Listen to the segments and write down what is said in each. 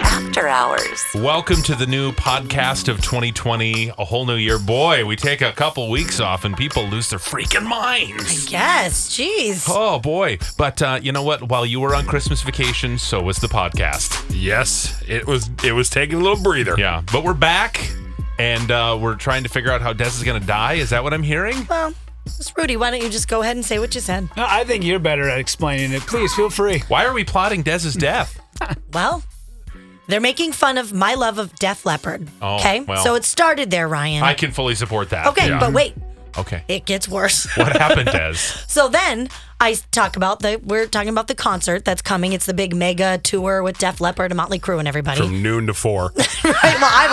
After hours. Welcome to the new podcast of 2020, a whole new year. Boy, we take a couple weeks off and people lose their freaking minds. Yes, jeez. Oh boy. But uh, you know what? While you were on Christmas vacation, so was the podcast. Yes, it was it was taking a little breather. Yeah. But we're back and uh, we're trying to figure out how Des is going to die. Is that what I'm hearing? Well, Miss Rudy, why don't you just go ahead and say what you said? No, I think you're better at explaining it. Please feel free. Why are we plotting Des's death? Well, they're making fun of my love of Def Leopard. Oh, okay, well. so it started there, Ryan. I can fully support that. okay, Yeah. but wait, Okay. it gets worse. What happened, Des? so then I talk about the we're talking about the concert that's coming. It's the big mega tour with Def Leppard and Motley Crue and everybody. From noon to four. right? Well, I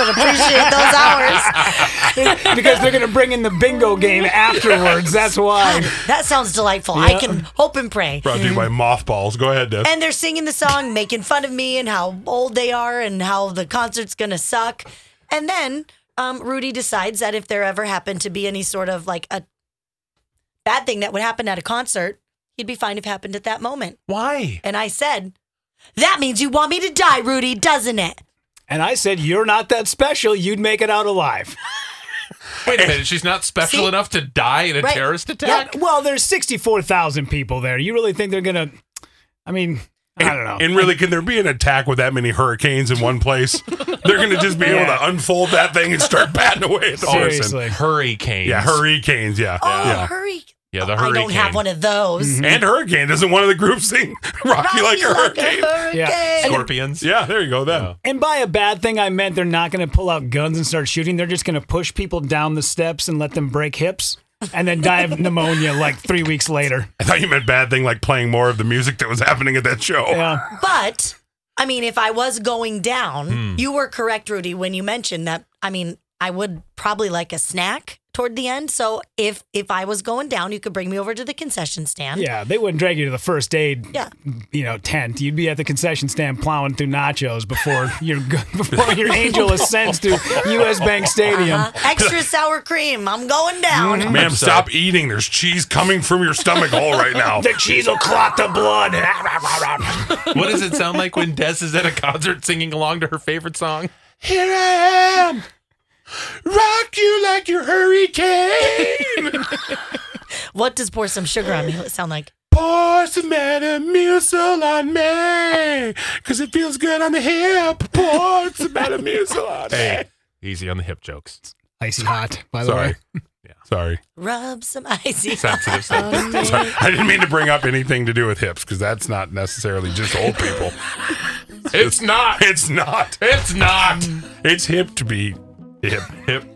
would appreciate those hours. because they're going to bring in the bingo game afterwards. That's why. That sounds delightful. I can hope and pray. Brought to you by mothballs. Go ahead, Des. and they're singing the song, making fun of me and how old they are and how the concert's gonna suck. And then um, Rudy decides that if there ever happened to be any sort of like a bad thing that would happen at a concert, he'd be fine if it happened at that moment. Why? And I said, "That means you want me to die, Rudy, doesn't it?" And I said, You're not that special. You'd make it out alive. Wait a minute. She's not special Eh. See? enough to die in a Right. terrorist attack? Well, there's 64,000 people there. You really think they're going to. I mean, I don't know. And really, can there be an attack with that many hurricanes in one place? They're going to just be able to Yeah. unfold that thing and start batting away at the person. Seriously. Hurricanes. Yeah, hurricanes. Yeah. Oh, yeah. hurry! Yeah, the I don't hurricane. have one of those. And hurricane. Doesn't one of the groups sing Rocky, like a hurricane? Yeah. Scorpions. yeah, there you go. Then. And by a bad thing, I meant they're not going to pull out guns and start shooting. They're just going to push people down the steps and let them break hips and then die of pneumonia like three weeks later. I thought you meant bad thing like playing more of the music that was happening at that show. Yeah. But I mean, if I was going down, Hmm. you were correct, Rudy, when you mentioned that. I mean, I would probably like a snack toward the end. So if if I was going down, you could bring me over to the concession stand. Yeah. They wouldn't drag you to the first aid Yeah. you know tent. You'd be at the concession stand plowing through nachos before your before your angel ascends to U.S. Bank Stadium. Uh, extra sour cream. I'm going down. Ma'am, stop eating. There's cheese coming from your stomach hole right now. The cheese will clot the blood. What does it sound like when Des is at a concert singing along to her favorite song? Here I am. Rock you like your hurricane. Mm. What does pour some sugar on me sound like? Pour some Metamucil on me. Because it feels good on the hip. Pour some Metamucil on me. Hey, easy on the hip jokes. Icy hot, by the way. Sorry. Sorry. Rub some icy. Oh, Sensitive stuff. on me. Sorry. I didn't mean to bring up anything to do with hips because that's not necessarily just old people. It's not. It's not. It's not. It's hip to be hip. Hip.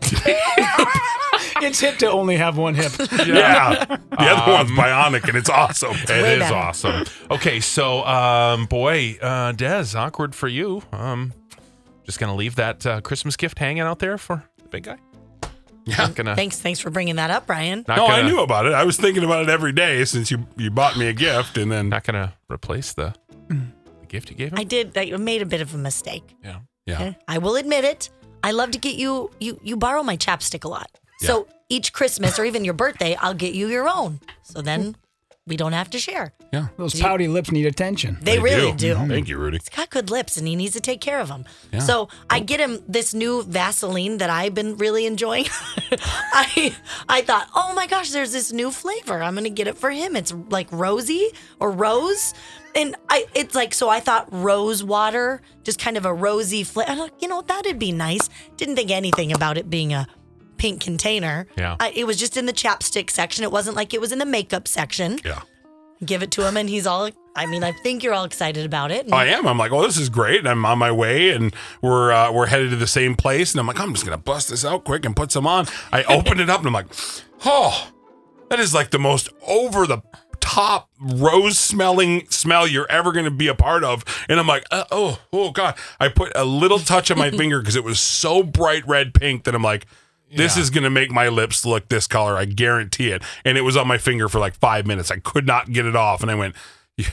It's hip to only have one hip. Yeah. The other one's bionic and it's awesome. Um, It way is better. awesome. Okay, so um, boy, uh, Des, awkward for you. Um, just gonna leave that uh, Christmas gift hanging out there for the big guy. Yeah. Not gonna. Thanks, thanks for bringing that up, Brian. Not No, gonna, I knew about it. I was thinking about it every day since you you bought me a gift, and then Not gonna replace the, the gift you gave him. I did. I made a bit of a mistake. yeah. yeah, I will admit it. I love to get you you you borrow my chapstick a lot. So each Christmas or even your birthday, I'll get you your own. So then we don't have to share. Yeah. Those pouty lips need attention. They, really do. Thank you, Rudy. He's got good lips and he needs to take care of them. Yeah. So I get him this new Vaseline that I've been really enjoying. I I thought, oh my gosh, there's this new flavor. I'm gonna get it for him. It's like rosy or rose. And I it's like so I thought rose water, just kind of a rosy flavor. I'm like, you know, that'd be nice. Didn't think anything about it being a pink container. Yeah. I, it was just in the chapstick section. It wasn't like it was in the makeup section. Yeah. Give it to him and he's all I mean, I think you're all excited about it. And- I am. I'm like, oh, this is great. And I'm on my way, and we're uh, we're headed to the same place. And I'm like, I'm just gonna bust this out quick and put some on. I opened it up, and I'm like, oh, that is like the most over the top rose smelling smell you're ever gonna be a part of. And I'm like, uh, oh, oh god. I put a little touch on my finger because it was so bright red pink that I'm like. This Yeah. is going to make my lips look this color. I guarantee it. And it was on my finger for like five minutes. I could not get it off. And I went, "Yeah,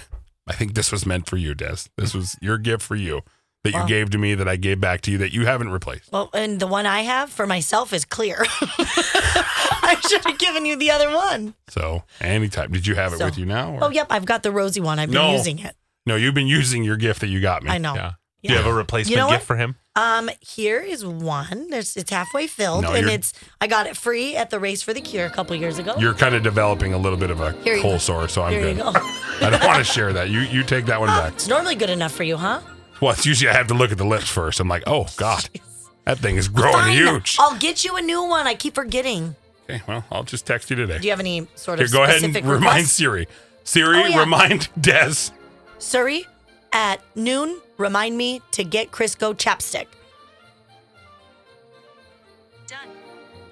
I think this was meant for you, Des. This Mm. was your gift for you that you gave to me that I gave back to you that you haven't replaced. Well, and the one I have for myself is clear. I should have given you the other one. So anytime. Did you have it So- with you now? or- Oh, yep, I've got the rosy one. I've been No. using it. No, you've been using your gift that you got me. I know. Yeah. Yeah. Do you have a replacement You know gift what? for him? Um, here is one. There's it's halfway filled, No, and you're- it's I got it free at the Race for the Cure a couple years ago. You're kind of developing a little bit of a Here you go. cold sore, so I'm Here good. you go. I don't want to share that. You you take that one Oh, back. it's normally good enough for you, huh? Well, it's usually I have to look at the lips first. I'm like, oh God, that thing is growing Fine. huge. I'll get you a new one. I keep forgetting. Okay, well, I'll just text you today. Do you have any sort Here, of go ahead and specific remind request? Siri. Siri, Oh, yeah. remind Des. Suri at noon. Remind me to get Crisco chapstick. Done.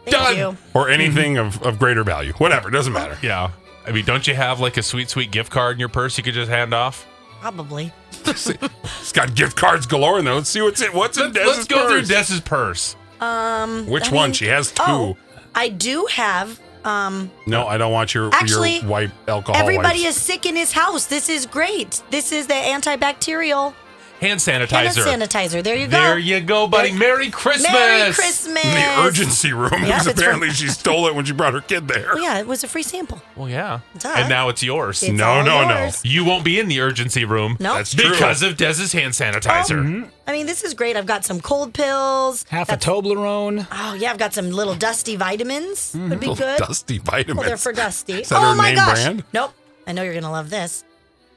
Thank Done. you. Or anything of, of greater value. Whatever, doesn't matter. Yeah. I mean, don't you have like a sweet, sweet gift card in your purse you could just hand off? Probably. It's got gift cards galore in there. Let's see what's in what's in Des's Let's go through purse. Des's purse. Um, Which I one? mean- She has two. Oh, I do have. Um, No, I don't want your Actually, your wipe alcohol. everybody wipes. is sick in his house. This is great. This is the antibacterial Hand hand sanitizer. sanitizer. There you go. There you go, buddy. There- Merry Christmas. Merry Christmas. in the urgency room Yeah, because it's for- apparently she stole it when she brought her kid there. Oh, yeah, it was a free sample. Well, yeah. Duh. And now it's yours. It's No, all no, no. yours. You won't be in the urgency room. No. That's true. Because of Des's hand sanitizer. I mean, this is great. I've got some cold pills. Half a Toblerone. Oh, yeah, I've got some little dusty vitamins. Would be Little good. Dusty vitamins. Well, they're for dusty. Is that oh her my name gosh. brand? Nope. I know you're going to love this.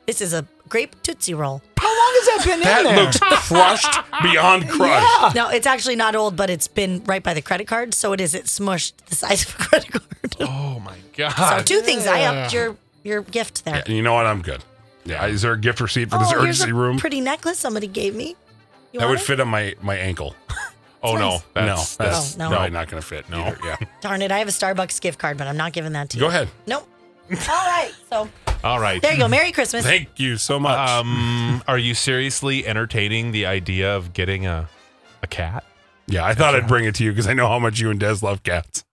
This is a grape Tootsie Roll. How long has that been that in there? looks crushed beyond crushed. No, it's actually not old, but it's been right by the credit card, so it is it smushed the size of a credit card. Oh, my God. so two things. I upped your your gift there. Ah. Yeah, and you know what? I'm good. Yeah. Is there a gift receipt for this oh, here's urgency a room? pretty necklace somebody gave me. You that want would it? fit on my my ankle. oh, no. nice. That's, no, that's Oh, no. probably not going to fit. No. Yeah. Darn it! I have a Starbucks gift card, but I'm not giving that to you. Go ahead. Nope. All right. So All right. there you go. Merry Christmas. Thank you so much. Um, are you seriously entertaining the idea of getting a a cat? yeah, I thought I'd bring it to you because I know how much you and Des love cats.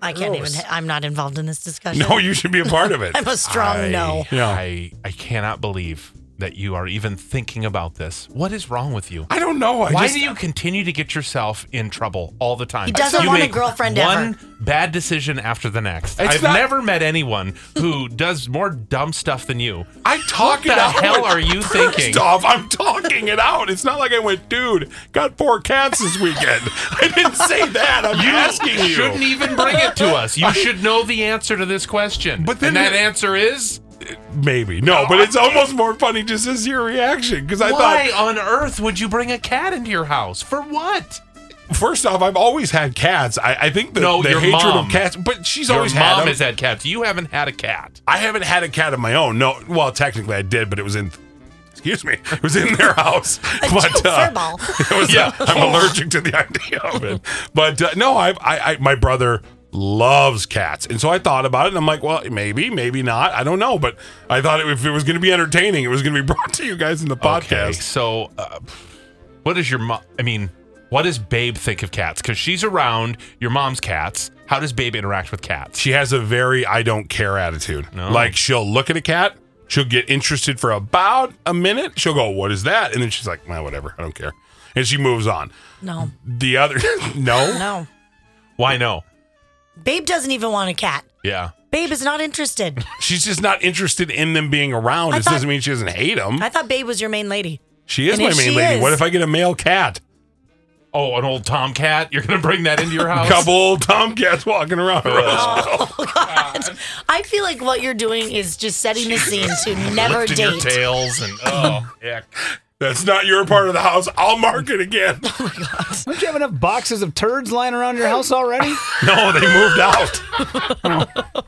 I can't even. I'm not involved in this discussion. No, you should be a part of it. I'm a strong I, no. Yeah. I I cannot believe that you are even thinking about this. What is wrong with you? I don't know. I Why just, do you continue to get yourself in trouble all the time? He doesn't You want a make girlfriend One ever. bad decision after the next. It's I've not- never met anyone who does more dumb stuff than you. I talk What it the out. hell are you thinking? Off. I'm talking it out. It's not like I went, dude, got four cats this weekend. I didn't say that. I'm asking you. shouldn't e- even bring it to us. You should know the answer to this question. But then and that you- answer is Maybe. No, but it's almost more funny just as your reaction because I thought why on earth would you bring a cat into your house? For what? First off, I've always had cats. I, I think the, No, the your hatred mom. of cats, but she's Your always had mom them. has had cats. You haven't had a cat. I haven't had a cat of my own. No, well, technically I did, but it was in. Excuse me, it was in their house. but uh, furball. it was. Yeah, I'm allergic to the idea of it. But uh, no, I, I, I, my brother loves cats, and so I thought about it, and I'm like, well, maybe, maybe not. I don't know, but I thought if it was going to be entertaining, it was going to be brought to you guys in the Okay, podcast. so uh, what does your mom? I mean, what does Babe think of cats? Because she's around your mom's cats. How does Babe interact with cats? she has a very I don't care attitude. No. Like she'll look at a cat, she'll get interested for about a minute, she'll go, "What is that?" and then she's like, "Well, whatever, I don't care," and she moves on. No. The other, no, No. Why no? Babe doesn't even want a cat. Yeah, Babe is not interested. She's just not interested in them being around. I This thought- doesn't mean she doesn't hate them. I thought Babe was your main lady. She is And my if main she lady. is- What if I get a male cat? Oh, an old tomcat? You're going to bring that into your Oh. house? Oh, Couple old tomcats walking around. I feel like what you're doing is just setting the scene to never Lifting your date. tails and, oh, yeah. That's not your part of the house. I'll mark it again. Don't you have enough boxes of turds lying around your house already? no, they moved out.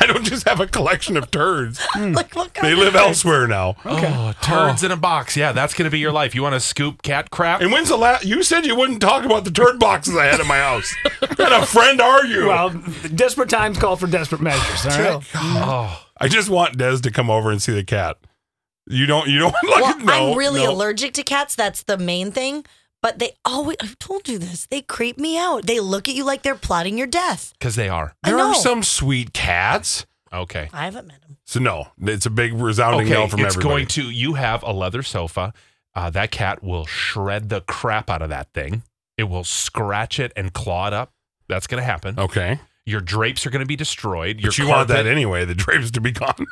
I don't just have a collection of turds. Like, what kind They of- live elsewhere now. Oh, turds in a box. Yeah, that's going to be your life. You want to scoop cat crap? And when's the last? You said you wouldn't talk about the turd boxes I had in my house. What kind of friend are you? Well, desperate times call for desperate measures. All right. I just want Des to come over and see the cat. You don't. You don't. Like, Well, no, I'm really no. allergic to cats. That's the main thing. But they always, I've told you this, they creep me out. They look at you like they're plotting your death. Because they are. I There know. are some sweet cats. Okay. I haven't met him. So no, it's a big resounding Okay, no from it's everybody. going to, you have a leather sofa. Uh, that cat will shred the crap out of that thing. It will scratch it and claw it up. That's going to happen. okay, Your drapes are going to be destroyed. Your Oh. but you want that carpet- anyway. The drapes to be gone.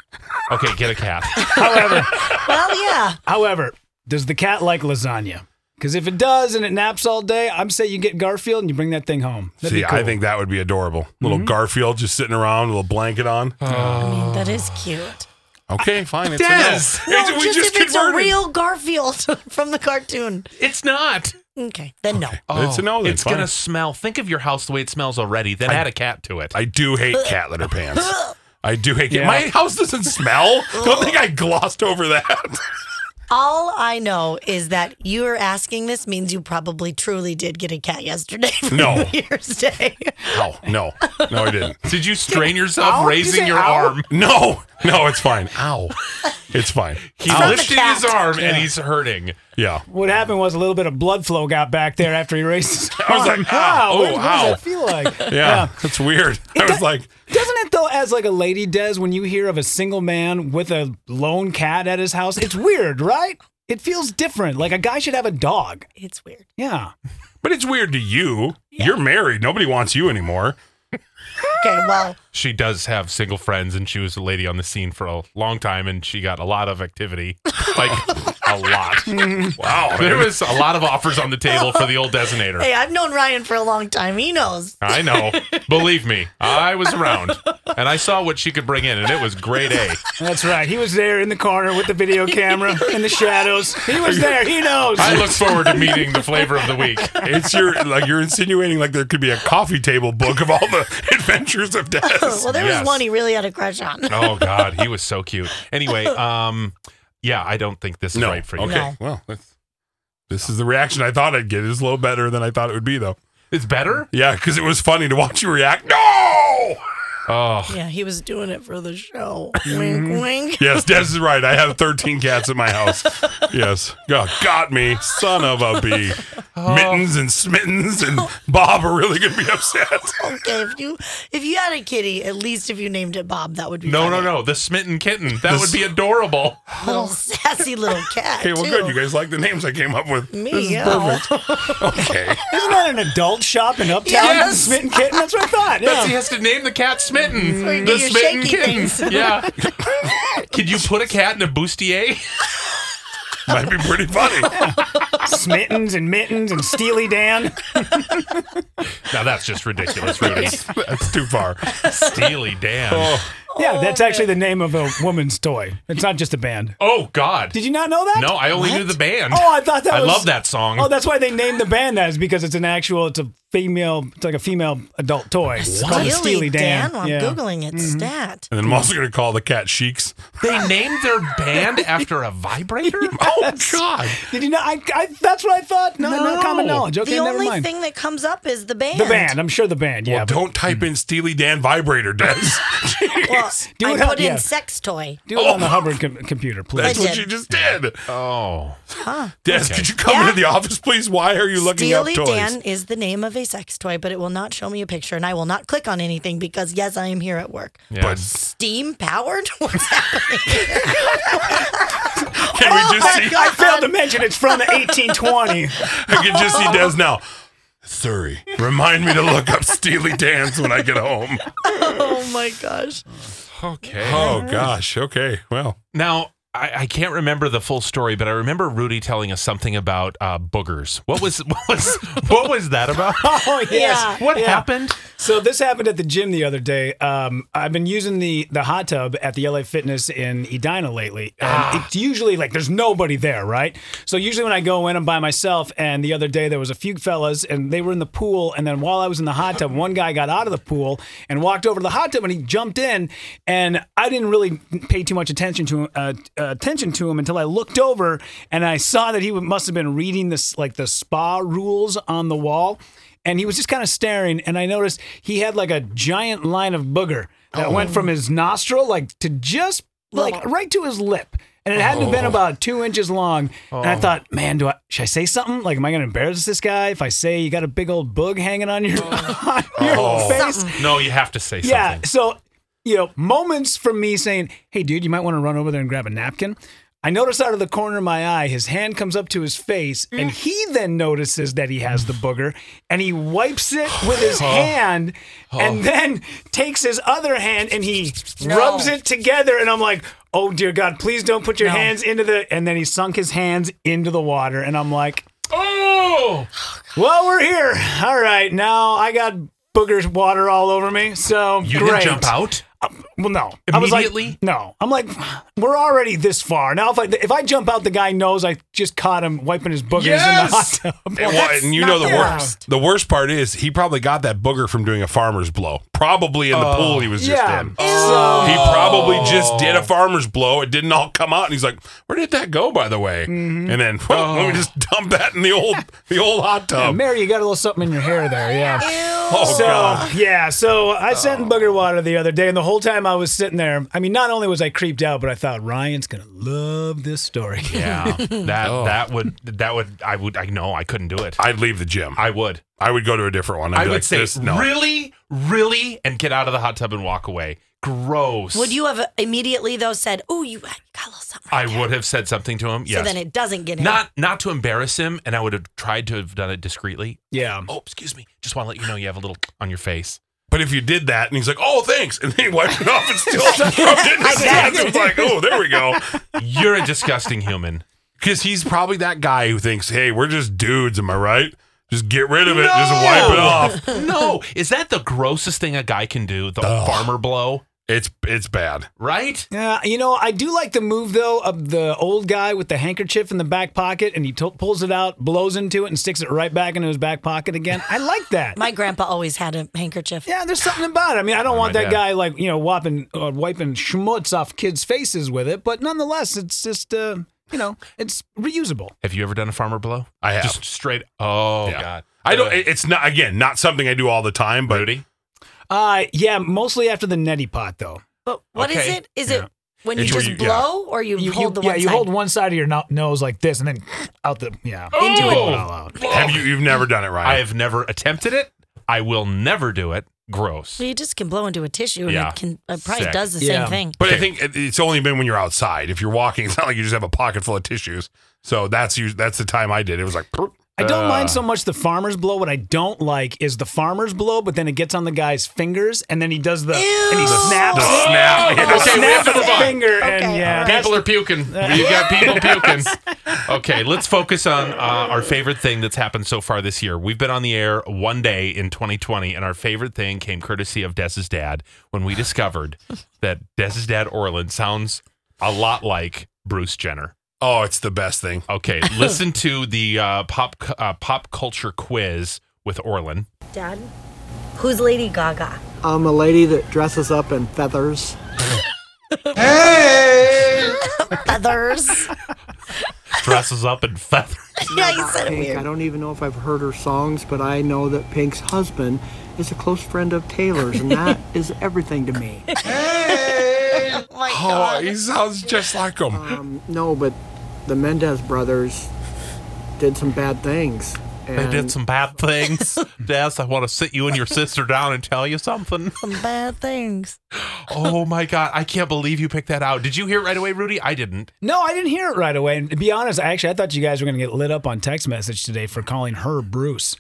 Okay, get a cat. However, Well, yeah. however, does the cat like lasagna? Because if it does and it naps all day, I'm saying you get Garfield and you bring that thing home. That'd see, be cool. I think that would be adorable. Little Mm-hmm. Garfield just sitting around with a blanket on. I mean, that is cute. Okay, fine. It's Uh, Des! a No, Hey, we just, if it's a converted. real Garfield from the cartoon. it's not. Oh, Okay, then no. It's a no, then It's fine. gonna smell. Think of your house the way it smells already. Then add a cat to it. I do hate cat litter pants. I do hate cat. Yeah. My house doesn't smell. Don't think I glossed over that. All I know is that you are asking this means you probably truly did get a cat yesterday for No. New Year's Day. Ow. No. No, I didn't. Did you strain yourself Ow? Did you raising say your ow? arm? No. No, it's fine. Ow. It's fine. He From the lifted cat. his arm and he's hurting. Yeah. What happened was a little bit of blood flow got back there after he raised his I was arm. like, ah, Wow, oh, what, what does ow. that feel like? Yeah. That's weird. I was like, Doesn't it though, as like a lady does, when you hear of a single man with a lone cat at his house? It's weird, right? It feels different. Like a guy should have a dog. It's weird. Yeah. but it's weird to you. You're married. Nobody wants you anymore. Okay, well, She does have single friends, and she was a lady on the scene for a long time, and she got a lot of activity, like a lot. wow, there was a lot of offers on the table for the old designator. hey, I've known Ryan for a long time. He knows. I know. Believe me, I was around, and I saw what she could bring in, and it was grade A. That's right. He was there in the corner with the video camera in the shadows. He was there. He knows. I look forward to meeting the flavor of the week. It's your like you're insinuating like there could be a coffee table book of all the adventures of death. Well, there Yes. was one he really had a crush on. Oh God, he was so cute. Anyway, um, yeah, I don't think this is right for you. Okay. No. Well, that's, this is the reaction I thought I'd get. It's a little better than I thought it would be, though. It's better. Yeah, because it was funny to watch you react. No. Oh, Yeah, he was doing it for the show. wink, wink. Yes, Des is right. I have 13 cats at my house. Yes. God, got me. Son of a bee. Oh. Mittens and smittens and Bob are really going to be upset. Okay, if you if you had a kitty, at least if you named it Bob, that would be no, no, funny. no! The smitten kitten. That would be adorable. little sassy little cat. Okay, well, too. good. You guys like the names I came up with. Me, oh, This is yeah. perfect. Okay. Isn't that an adult shop in Uptown? Yes. Smitten kitten. That's what I thought. Yeah. He has to name the cat smitten. where you the get your smitten shaky kitten. things. Yeah. Could you put a cat in a bustier? Might be pretty funny. Smittens and mittens and Steely Dan. Now that's just ridiculous, Rudy. That's too far. Steely Dan. Oh, Oh, Yeah, that's actually the name of a woman's toy. It's not just a band. Oh, God. Did you not know that? no, I only knew the band. Oh, I thought that I was. love that song. Oh, that's why they named the band that is because it's an actual, it's a female, it's like a female adult toy. It's called a Steely Dan. Well, I'm Yeah. googling it. Stat. and then I'm also going to call the cat Sheiks. they named their band after a vibrator. Oh, God. Did you know? I, I, that's what I thought. No, not common No. knowledge. Okay, the never only mind. thing that comes up is the band. the band. I'm sure the band. Yeah. well, but don't type in Steely Dan vibrator, Des. Jeez. Well, Do I it up, put in yeah. sex toy. do it on the Hubbard com- computer, please. That's what did. you just did. Oh, Des, could you come Yeah. into the office, please? Why are you looking Steely up toys? Dan is the name of a sex toy, but it will not show me a picture, and I will not click on anything because yes, I am here at work. yes. Steam powered? What's happening? Can we just see? I failed to mention it's from the 1820. Oh. I can just see Des now. Surrey. Remind me to look up Steely Dan's when I get home. Oh my gosh. Okay. Oh gosh. Okay. Well, Now, I, I can't remember the full story, but I remember Rudy telling us something about uh, boogers. What was what was what was that about? Oh yes. Yeah. What Yeah. happened? So this happened at the gym the other day. Um, I've been using the the hot tub at the LA Fitness in Edina lately, and it's usually like there's nobody there, right? So usually when I go in, I'm by myself. And the other day there was a few fellas, and they were in the pool. And then while I was in the hot tub, one guy got out of the pool and walked over to the hot tub, and he jumped in. And I didn't really pay too much attention to uh, uh, attention to him until I looked over and I saw that he must have been reading this like the spa rules on the wall and he was just kind of staring and i noticed he had like a giant line of booger that went from his nostril like to just like right to his lip and it had to have been about two inches long and i thought man do i should i say something like am i gonna embarrass this guy if i say you got a big old boog hanging on your, on your Oh. face Oh. No, you have to say yeah something. so you know moments from me saying hey dude you might want to run over there and grab a napkin I notice out of the corner of my eye, his hand comes up to his face, Mm. and he then notices that he has the booger, and he wipes it with his hand, and then takes his other hand and he rubs it together. And I'm like, "Oh dear God, please don't put your hands into the." And then he sunk his hands into the water, and I'm like, Oh, "Well, we're here. All right, now I got boogers water all over me. So you great. didn't jump out. Well, no. I was Immediately? like, no. I'm like, we're already this far. Now, if I if I jump out, the guy knows I just caught him wiping his boogers Yes! in the hot tub. and, well, and you know the worst. The worst part is he probably got that booger from doing a farmer's blow. Probably in the pool he was just Oh. yeah. in. He probably just Oh. did a farmer's blow. It didn't all come out, and he's like, "Where did that go, by the way?" Mm-hmm. And then, well, let me just dump that in the old, the old hot Oh. Yeah, tub. Mary, you got a little something in your hair there. Yeah. oh so god. Oh. yeah, so I sent in booger water the other day, and the whole time I was sitting there, I mean, not only was I creeped out, but I thought Ryan's gonna love this story. Yeah, that Oh. that would that would I would I know I couldn't do it. I, I'd leave the gym. I, would. I would go to a different one. I'd I be would like, say this, no. really, really, and get out of the hot tub and walk away. Gross. Would you have immediately though said, "Oh, you got a little something"? I would have said something to him. So Yes. then it doesn't get in. not not to embarrass him, and I would have tried to have done it discreetly. Yeah. Oh, excuse me. Just want to let you know you have a little on your face. But if you did that, and he's like, "Oh, thanks," and then he wiped it off and still rubbed it in his hands, it's like, "Oh, there we go." You're a disgusting human. Because he's probably that guy who thinks, "Hey, we're just dudes, am I right? Just get rid of it, just wipe it off." no, is that the grossest thing a guy can do? The farmer blow, It's it's bad. right? Yeah, Uh, you know, I do like the move though of the old guy with the handkerchief in the back pocket, and he to- pulls it out, blows into it, and sticks it right back into his back pocket again. I like that. My grandpa always had a handkerchief. yeah, there's something about it. I mean, I don't want my that dad. guy like you know whopping, uh, wiping schmutz off kids' faces with it, but nonetheless, it's just uh, you know, it's reusable. Have you ever done a farmer blow? I have. Just straight. Oh Yeah. god. I don't. Ugh. it- It's not again not something I do all the time, but Rudy. Uh, yeah, mostly after the neti pot though. But what is Okay. it? Is Yeah. it when you It's where just you- yeah. blow or you, hold the yeah, one you side? hold one side of your no- nose like this, and then out the yeah, into it all out. have you? You've never done it, Ryan? I have never attempted it. I will never do it. Gross. Well, you just can blow into a tissue and Yeah. it can it probably Sick. does the Yeah. same thing. But I think it- it's only been when you're outside. If you're walking, it's not like you just have a pocket full of tissues. So that's you. That's the time I did. It was like, "Perp." I don't mind so much the farmer's blow. What I don't like is the farmer's blow, but then it gets on the guy's fingers, and then he does the and he snaps, the snap. the Okay, we snap have to of the move on. finger, and Okay, yeah, all that's People are puking. You got people puking. Okay, let's focus on uh, our favorite thing that's happened so far this year. We've been on the air one day in 2020, and our favorite thing came courtesy of Des's dad when we discovered that Des's dad Orland sounds a lot like Bruce Jenner. Oh, it's the best thing. Okay, listen to the uh, pop cu- uh, pop culture quiz with Orland. Dad, who's Lady Gaga? I'm a lady that dresses up in feathers. Feathers. Dresses up in feathers. yeah, you said it Pink. weird. I don't even know if I've heard her songs, but I know that Pink's husband is a close friend of Taylor's, and that is everything to me. Oh, he sounds just like him. No, but the Mendez brothers did some bad things. They And did some bad things. Des, I want to sit you and your sister down and tell you something. Some bad things. Oh my God. I can't believe you picked that out. Did you hear it right away, Rudy? I didn't. No, I didn't hear it right away. And to be honest, I actually I thought you guys were going to get lit up on text message today for calling her Bruce.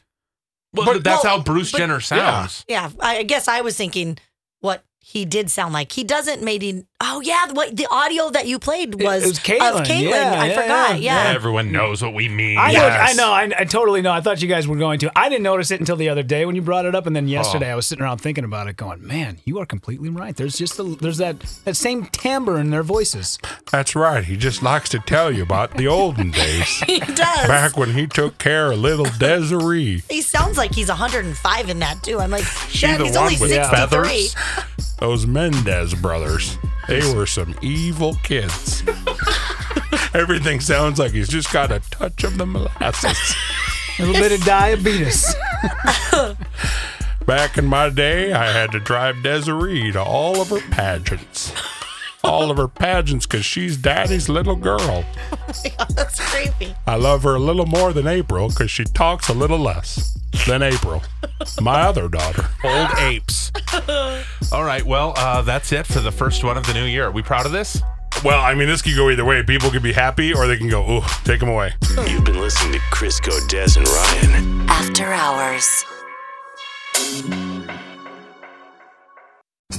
Well, that's how Bruce Jenner sounds. Yeah, I I guess I was thinking what he did sound like. He doesn't maybe. Oh yeah, what the audio that you played was, was Caitlyn, of Caitlyn. yeah, I yeah, forgot. yeah. Yeah. Everyone knows what we mean. I, know- Yes. I know, I, I totally know. I thought you guys were going to. I didn't notice it until the other day when you brought it up, and Oh. then yesterday I was sitting around thinking about it, going, "Man, you are completely right. There's just the, there's that that same timbre in their voices." That's right. He just likes to tell you about the olden days. he does. Back when he took care of little Desiree. He sounds like he's 105 in that too. I'm like, Dad, the he's one only with 63. the feathers? Those Mendez brothers. They were some evil kids. Everything sounds like he's just got a touch of the molasses. A little bit of diabetes. Back in my day, I had to drive Desiree to all of her pageants. All of her pageants because she's daddy's little girl. That's creepy. I love her a little more than April because she talks a little less than April, my other daughter. Old apes. All right. Well, uh, that's it for the first one of the new year. Are we proud of this? Well, I mean, this could go either way. People could be happy or they can go, ooh, take them away. You've been listening to Crisco, Des, and Ryan. After Hours. It's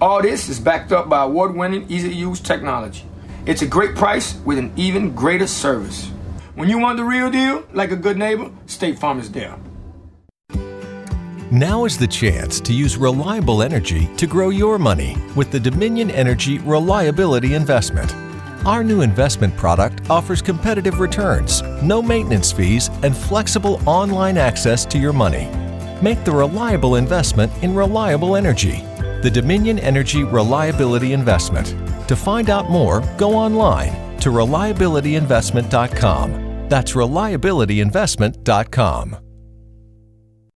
All this is backed up by award winning, easy to use technology. It's a great price with an even greater service. When you want the real deal, like a good neighbor, State Farm is there. Now is the chance to use reliable energy to grow your money with the Dominion Energy Reliability Investment. Our new investment product offers competitive returns, no maintenance fees, and flexible online access to your money. Make the reliable investment in reliable energy. The Dominion Energy Reliability Investment. To find out more, go online to reliabilityinvestment.com. That's reliabilityinvestment.com.